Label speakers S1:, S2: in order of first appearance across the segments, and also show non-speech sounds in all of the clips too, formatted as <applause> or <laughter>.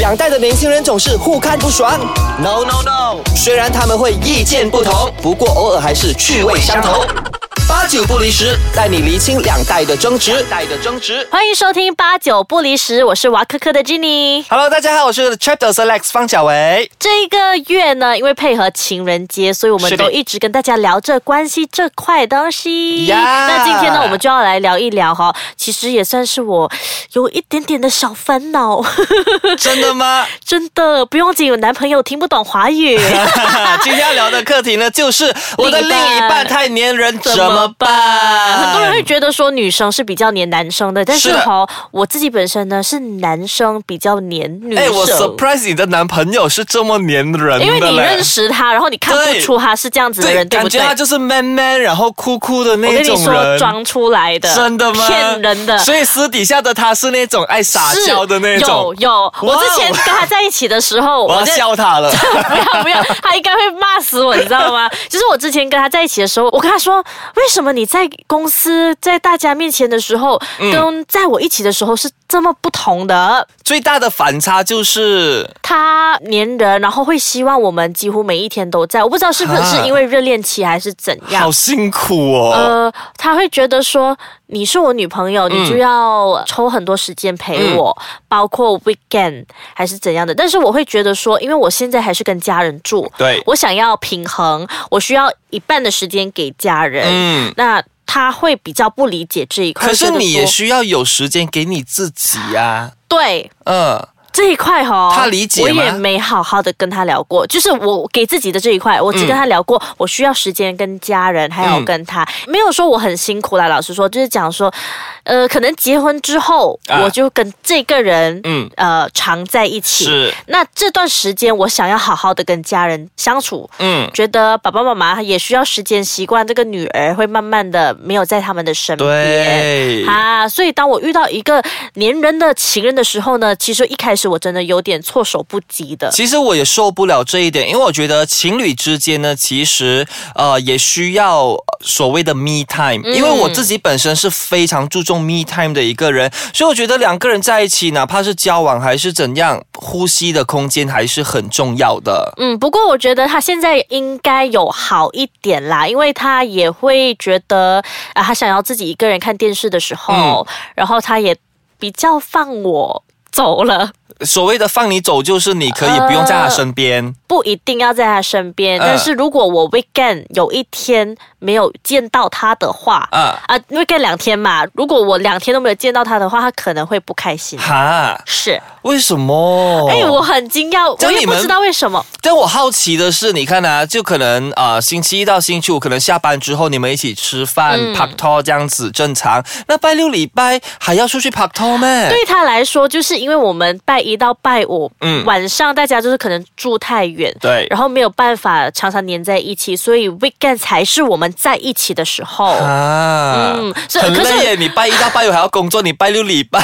S1: 两代的年轻人总是互看不爽。
S2: No no no，
S1: 虽然他们会意见不同，不过偶尔还是趣味相投。八九不离十，带你厘清两代的争执。代的争执。
S3: 欢迎收听八九不离十，我是娃科科的 Jenny。
S2: Hello，大家好，我是 Chapter Select 方小维。
S3: 这个月呢，因为配合情人节，所以我们
S2: 是的
S3: 都一直跟大家聊这关系这块东西。
S2: 呀
S3: 那今天呢，我们就要来聊一聊哈，其实也算是我有一点点的小烦恼， <laughs>
S2: 真的吗？
S3: 真的不用紧，有男朋友听不懂
S2: <laughs>
S3: 华语。
S2: 今天要聊的课题呢，就是我的
S3: 另
S2: 另
S3: 一半
S2: 一半太粘人怎
S3: 怎
S2: 么
S3: 么
S2: 办？
S3: 很多人会觉得说女生是比较黏男生的，但是
S2: 是的
S3: 哈，我自己本身呢是男生比较黏女
S2: 哎、
S3: 生。
S2: 我 surprise 你的男朋友是这么粘人的嘞，
S3: 因为你认识他，然后你看不
S2: 对
S3: 出他是这样子的人，对
S2: 感
S3: 不
S2: 觉
S3: 对？
S2: 他就是 man man，然后酷酷的
S3: 我
S2: 那
S3: 跟你
S2: 种
S3: 说，
S2: 人。
S3: 装出来的，
S2: 真的吗？
S3: 骗人的。
S2: 所以私底下的他是那种爱撒
S3: 是
S2: 娇的那
S3: 有
S2: 种。
S3: 有，我
S2: 哇哦
S3: 之前跟他在一起的时候，
S2: 我要
S3: 在 <laughs>
S2: 笑他了。
S3: 不要不要，他应该会骂死我，你知道吗？ <laughs> 就是我之前跟他在一起的时候，我跟他说，为什么你在公司在大家面前的时候，
S2: 嗯
S3: 跟在我一起的时候是这么不同的？
S2: 最大的反差就是
S3: 他粘人，然后会希望我们几乎每一天都在。我不知道是不是
S2: 啊
S3: 因为热恋期还是怎样，
S2: 好辛苦哦。嗯
S3: 呃，他会觉得说你是我女朋友，你就要抽很多时间陪我，包括 weekend 还是怎样的。但是我会觉得说，因为我现在还是跟家人住，
S2: 对
S3: 我想要平衡，我需要一半的时间给家人。
S2: 嗯，
S3: 那他会比较不理解这一块，
S2: 可是
S3: 会觉得
S2: 你也
S3: 说
S2: 需要有时间给你自己呀、
S3: 对。
S2: 嗯，
S3: 这一块哈、哦，
S2: 他理解吗
S3: 我也没好好的跟他聊过，就是我给自己的这一块，我只跟他聊过，我需要时间跟家人，还有跟他，
S2: 嗯
S3: 没有说我很辛苦啦。老实说，就是讲说，呃，可能结婚之后，
S2: 啊
S3: 我就跟这个人，
S2: 嗯
S3: 呃，常在一起。
S2: 是，
S3: 那这段时间，我想要好好的跟家人相处，
S2: 嗯，
S3: 觉得爸爸妈妈也需要时间习惯这个女儿会慢慢的没有在他们的身边。
S2: 对，
S3: 啊，所以当我遇到一个粘人的情人的时候呢，其实一开始我真的有点措手不及的。
S2: 其实我也受不了这一点，因为我觉得情侣之间呢，其实呃也需要呃所谓的 me time，、因
S3: 嗯
S2: 为我自己本身是非常注重 me time 的一个人，所以我觉得两个人在一起，哪怕是交往还是怎样，呼吸的空间还是很重要的。
S3: 嗯，不过我觉得他现在应该有好一点啦，因为他也会觉得啊，他想要自己一个人看电视的时候，
S2: 嗯
S3: 然后他也比较放我走了。
S2: 所谓的放你走，就是你可以不用在
S3: 啊
S2: 他身边。
S3: 不一定要在他身边，
S2: 呃
S3: 但是如果我 weekend 有一天没有见到他的话，
S2: 呃
S3: 啊，weekend 两天嘛，如果我两天都没有见到他的话，他可能会不
S2: <laughs>
S3: 开心。
S2: 哈？
S3: 是，
S2: 为什么？
S3: 哎、我很惊讶，
S2: 哦这
S3: 我
S2: 样你
S3: 也不
S2: 们
S3: 知道为什么。
S2: 但我好奇的是，你看啊，就可能啊、呃星期一到星期五，可能下班之后你们一起吃饭、拍拖这样子正常。那拜六礼拜还要出去拍拖咩？
S3: 对他来说，就是因为我们拜一到拜五，
S2: 嗯
S3: 晚上大家就是可能住太远，
S2: 对
S3: 然后没有办法常常黏在一起，所以 weekend 才是我们在一起的时候。
S2: 啊，
S3: 嗯是
S2: 很
S3: 可是
S2: 累耶！你拜一到拜五还要工作，你拜六礼拜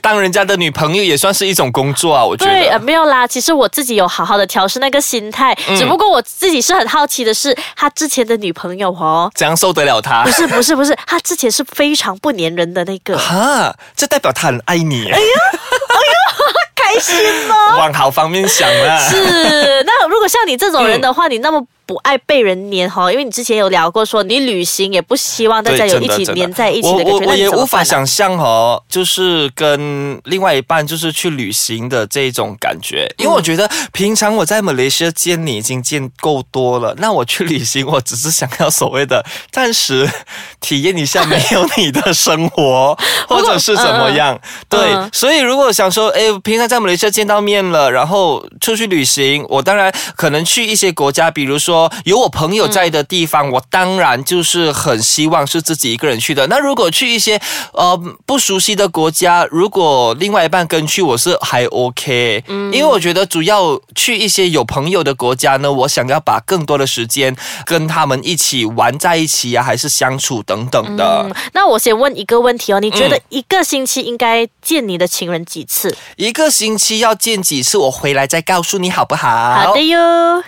S2: 当人家的女朋友也算是一种工作啊，我觉
S3: 对，呃，
S2: 得。
S3: 没有啦。其实我自己有好好的调试那个心态，
S2: 嗯
S3: 只不过我自己是很好奇的是，他之前的女朋友哦，
S2: 怎样受得了他，
S3: 不？是不是不是，他之前是非常不粘人的那个
S2: <laughs> 哈，这代表他很爱你。哎呀，
S3: 开心吗？
S2: 往好方面想啦。
S3: 是，那如果像你这种人的话，你那么不爱被人黏哈，因为你之前有聊过说，你旅行也不希望大
S2: 对，
S3: 家有
S2: 真
S3: 一
S2: 的
S3: 起
S2: 真的
S3: 黏在一起
S2: 我
S3: 的感
S2: 我
S3: 觉，那
S2: 我
S3: 你
S2: 也
S3: 怎么
S2: 无法
S3: 办啊。
S2: 想象哦，就是跟另外一半就是去旅行的这种感觉，因为
S3: 嗯
S2: 我觉得平常我在马来西亚见你已经见够多了，那我去旅行，我只是想要所谓的暂时体验一下没有你的生活，
S3: <laughs> 不
S2: 或
S3: 过
S2: 者是怎么样。对，
S3: 嗯
S2: 所以如果想说，哎，平常在马来西亚见到面了，然后出去旅行，我当然可能去一些国家，比如说有我朋友在的地方，我当然就是很希望是自己一个人去的。那如果去一些呃不熟悉的国家，如果另外一半跟去，我是还 OK，、因为我觉得主要去一些有朋友的国家呢，我想要把更多的时间跟他们一起玩在一起啊，还是相处等等的。
S3: 嗯，那我先问一个问题哦，你觉
S2: 嗯
S3: 得一个星期应该见你的情人几次？
S2: 一个星期要见几次，我回来再告诉你好不好？
S3: 好的哟。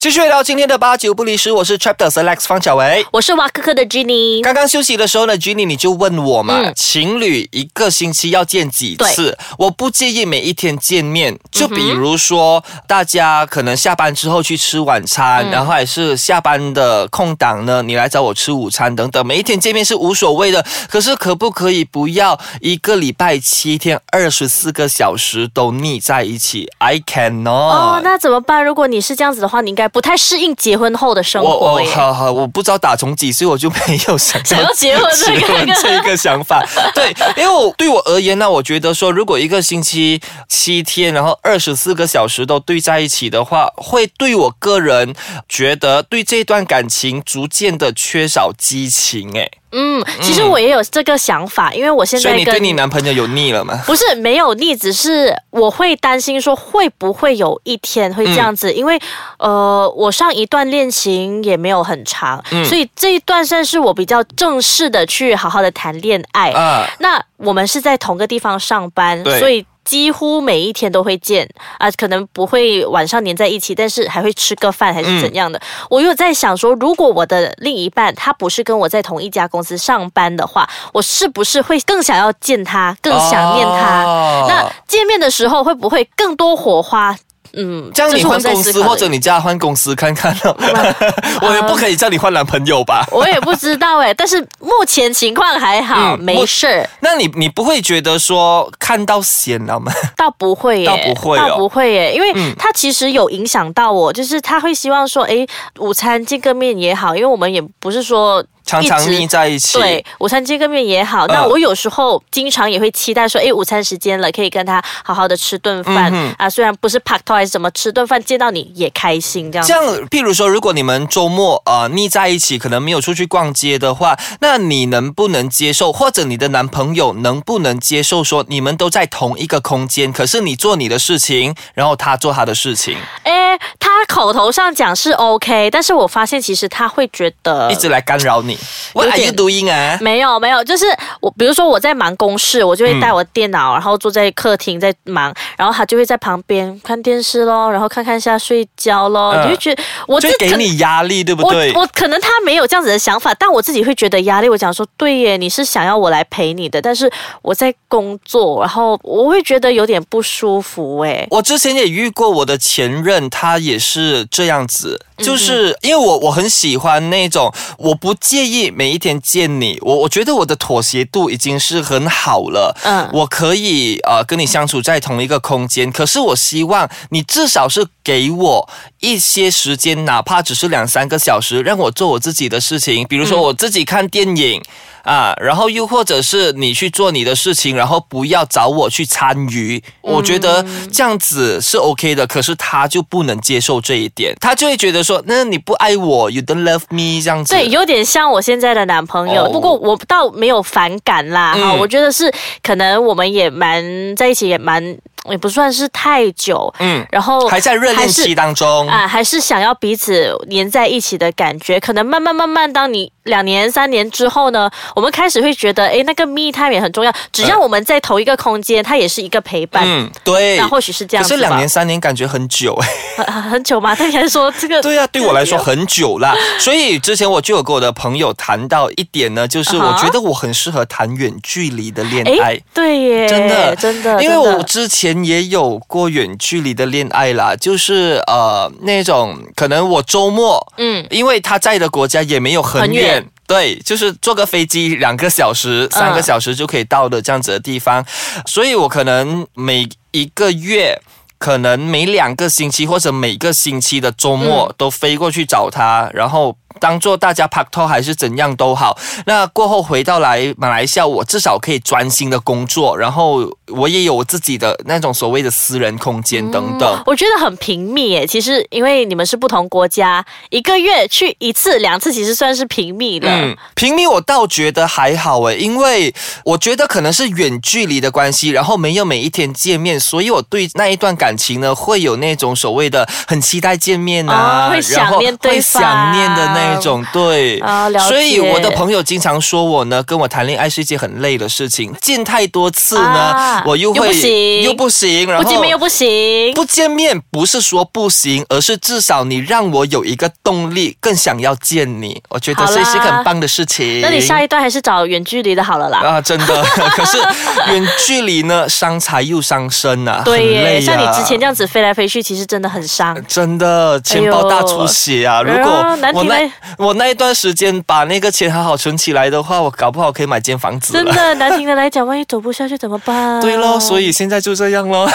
S2: 继续回到今天的八九不离十，我是 Chapter Select 方小维。
S3: 我是挖科科的 Jenny，
S2: 刚刚休息的时候呢，Jenny 你就问我嘛，
S3: 嗯
S2: 情侣一个星期要见几次？我不介意每一天见面，就比如说、大家可能下班之后去吃晚
S3: 嗯
S2: 餐，然后还是下班的空档呢，你来找我吃午餐等等，每一天见面是无所谓的。可是可不可以不要一个礼拜七天二十四个小时都腻在一起？I cannot。
S3: 哦，那怎么办？如果你是这样子的话，你应该不太适应结婚后的生
S2: 我
S3: 活
S2: 我
S3: 耶。
S2: 好好，我不知道打从几岁我就没有想
S3: 想
S2: <laughs> 要
S3: 要结婚这个
S2: 结婚这个想法。对，因为我对我而言呢，我觉得说，如果一个星期七天，然后二十四个小时都对在一起的话，会对我个人觉得对这段感情逐渐的缺少激情。哎，
S3: 嗯，其实我也有这个想法，因为我现
S2: 所
S3: 在
S2: 以
S3: 跟
S2: 你对你男朋友有腻了吗？
S3: 不是没有腻，只是我会担心说会不会有一天会这样子，因为呃，我上一段恋情也没有很长，所以这一段算是我比较正式的去好好的谈恋爱。
S2: 啊，
S3: 那我们是在同个地方上班
S2: 对，
S3: 所以。几乎每一天都会见啊，可能不会晚上黏在一起，但是还会吃个饭还是怎样的。
S2: 嗯
S3: 我有在想说，如果我的另一半他不是跟我在同一家公司上班的话，我是不是会更想要见他，更想念他？
S2: 哦
S3: 那见面的时时候会不会更多火花？嗯，
S2: 这样
S3: 这
S2: 你
S3: 是我
S2: 换
S3: 在
S2: 公
S3: 思
S2: 司
S3: 考的
S2: 或者你叫他换公司看看
S3: <laughs>
S2: 咯 <laughs> 我也不可以叫你换男朋友吧？
S3: 我也不知道哎、但是目前情况还好，
S2: 嗯
S3: 没事儿。
S2: 那你你不会觉得说看到闲了吗？ <laughs>
S3: 倒不会耶，
S2: 倒不会哦
S3: 倒不会耶，因
S2: 嗯
S3: 为他其实有影响到我，就是他会希望说，诶，午餐见个面也好，因为我们也不是说。
S2: 常常腻在一起。
S3: 对，午餐见个面也好，那
S2: 嗯
S3: 我有时候经常也会期待说，诶，午餐时间了，可以跟他好好的吃顿饭、
S2: 嗯哼
S3: 啊。虽然不是 p a r t 还是什么，吃顿饭见到你也开心这样子。
S2: 像，譬如说，如果你们周末呃腻在一起，可能没有出去逛街的话，那你能不能接受，或者你的男朋友能不能接受说，你们都在同一个空间，可是你做你的事情，然后他做他的事情，
S3: 诶，他口头上讲是 OK，但是我发现其实他会觉得
S2: 一直来干扰你？What are you
S3: 点
S2: doing 啊？
S3: <laughs> 没有没有，就是我，比如说我在忙公事，我就会带我电脑，然后坐在客厅在忙，然后他就会在旁边看电视咯，然后看看一下睡觉咯，
S2: 嗯
S3: 你就觉得我
S2: 就
S3: 这
S2: 给
S3: 可
S2: 你压力，对不
S3: 我
S2: 对？
S3: 我可能他没有这样子的想法，但我自己会觉得压力。我讲说，对耶，你是想要我来陪你的，但是我在工作，然后我会觉得有点不舒服哎。
S2: 我之前也遇过我的前任，他也是这样子，就是因为我我很喜欢那种，我不介意每一天见你，我我觉得我的妥协度已经是很好了，
S3: 嗯
S2: 我可以呃跟你相处在同一个空间，可是我希望你至少是给我一些时间，哪怕只是两三个小时，让我做我自己的事情，比如说我自己看电影。啊，然后又或者是你去做你的事情，然后不要找我去参与，我觉得
S3: 嗯
S2: 这样子是 OK 的。可是他就不能接受这一点，他就会觉得说，那你不爱我，you don't love me 这样子。
S3: 对，有点像我现在的男朋友，
S2: 哦
S3: 不过我倒没有反感啦。哈、
S2: 嗯
S3: 我觉得是可能我们也蛮在一起，也蛮也不算是太久，
S2: 嗯，
S3: 然后
S2: 还在热恋
S3: 还
S2: 期
S3: 是
S2: 当中。
S3: 啊，还是想要彼此黏在一起的感觉。可能慢慢慢慢，当你两年、三年之后呢，我们开始会觉得，哎，那个 me time 也很重要。只要我们在同一个空间，它也是一个陪伴。
S2: 嗯，对
S3: 那。或许哎是
S2: 可
S3: 这样子
S2: 是
S3: 吧。
S2: 两年三年感觉很久 <laughs> 哎。
S3: 很很很久 <laughs> 嘛？但你还说这个
S2: 对啊，对我来说很久
S3: <laughs>
S2: 啦。所以之前我就有跟我的朋友谈到一点呢，就是我
S3: 啊哈
S2: 觉得我很适合谈远距离的恋爱
S3: 哎。，对耶，
S2: 真的
S3: 真的，
S2: 因为
S3: 真的
S2: 我之前也有过远距离的恋爱啦，就是呃那种可能我周末，
S3: 嗯
S2: 因为他在的国家也没有很
S3: 很
S2: 远。
S3: 远
S2: 对，就是坐个飞机两个小时、三个小时就可以到的这样子的地方，所以我可能每一个月，可能每两个星期或者每个星期的周末
S3: 嗯
S2: 都飞过去找他，然后当做大家拍拖还是怎样都好。那过后回到来马来西亚，我至少可以专心的工作，然后我也有我自己的那种所谓的私人空
S3: 嗯
S2: 间等等。
S3: 我觉得很频密耶。其实因为你们是不同国家，一个月去一次、两次，其实算是频密了。
S2: 嗯，平民我倒觉得还好诶，因为我觉得可能是远距离的关系，然后没有每一天见面，所以我对那一段感情呢，会有那种所谓的很期待见面啊，
S3: 哦会
S2: 然后
S3: 想念对
S2: 会想念的那那一种，对，
S3: 啊了解
S2: 所以我的朋友经常说我呢，跟我谈恋爱是一件很累的事情，见太多次呢，
S3: 啊
S2: 我又
S3: 又
S2: 会
S3: 不行
S2: 又不行然
S3: 不
S2: 后
S3: 见面又不行。
S2: 不见面不是说不行，而是至少你让我有一个动力，更想要见你。我觉得
S3: 好啦
S2: 这是一个很棒的事情。
S3: 那你下一段还是找远距离的好了啦。
S2: 啊，真的， <laughs> 可是远距离呢，伤财又伤身啊，
S3: 对
S2: 很累呃
S3: 耶，
S2: 啊
S3: 像你之前这样子飞来飞去，其实真的很伤。
S2: 真的钱包大出血啊！
S3: 哎呦
S2: 如果
S3: 哎呀难
S2: 我
S3: 题
S2: 那
S3: 嘞
S2: 我那一段时间把那个钱好好存起来的话，我搞不好可以买间房子
S3: 真
S2: 了。
S3: 的，难听的来讲，万一走不下去怎么办？
S2: 对咯，所以现在就这样咯。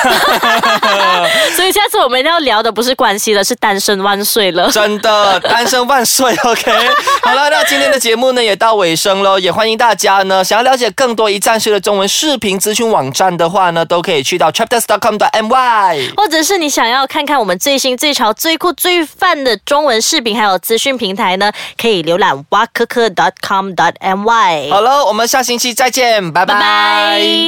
S3: 所以下次我们要聊的不是关系了，是单身万岁
S2: <laughs>
S3: 了。
S2: 真的，单身万岁！OK，好了，那今天的节目呢也到尾声喽，也欢迎大家呢想要了解更多一站式的中文视频资讯网站的话呢，都可以去到 chapters.com 的 my。
S3: 或者是你想要看看我们最新、最潮、最酷、最范的中文视频，还有资讯平台呢，可以浏览哇科科 .com.my。
S2: 好了，我们下星期再见，拜
S3: 拜
S2: 拜
S3: 拜。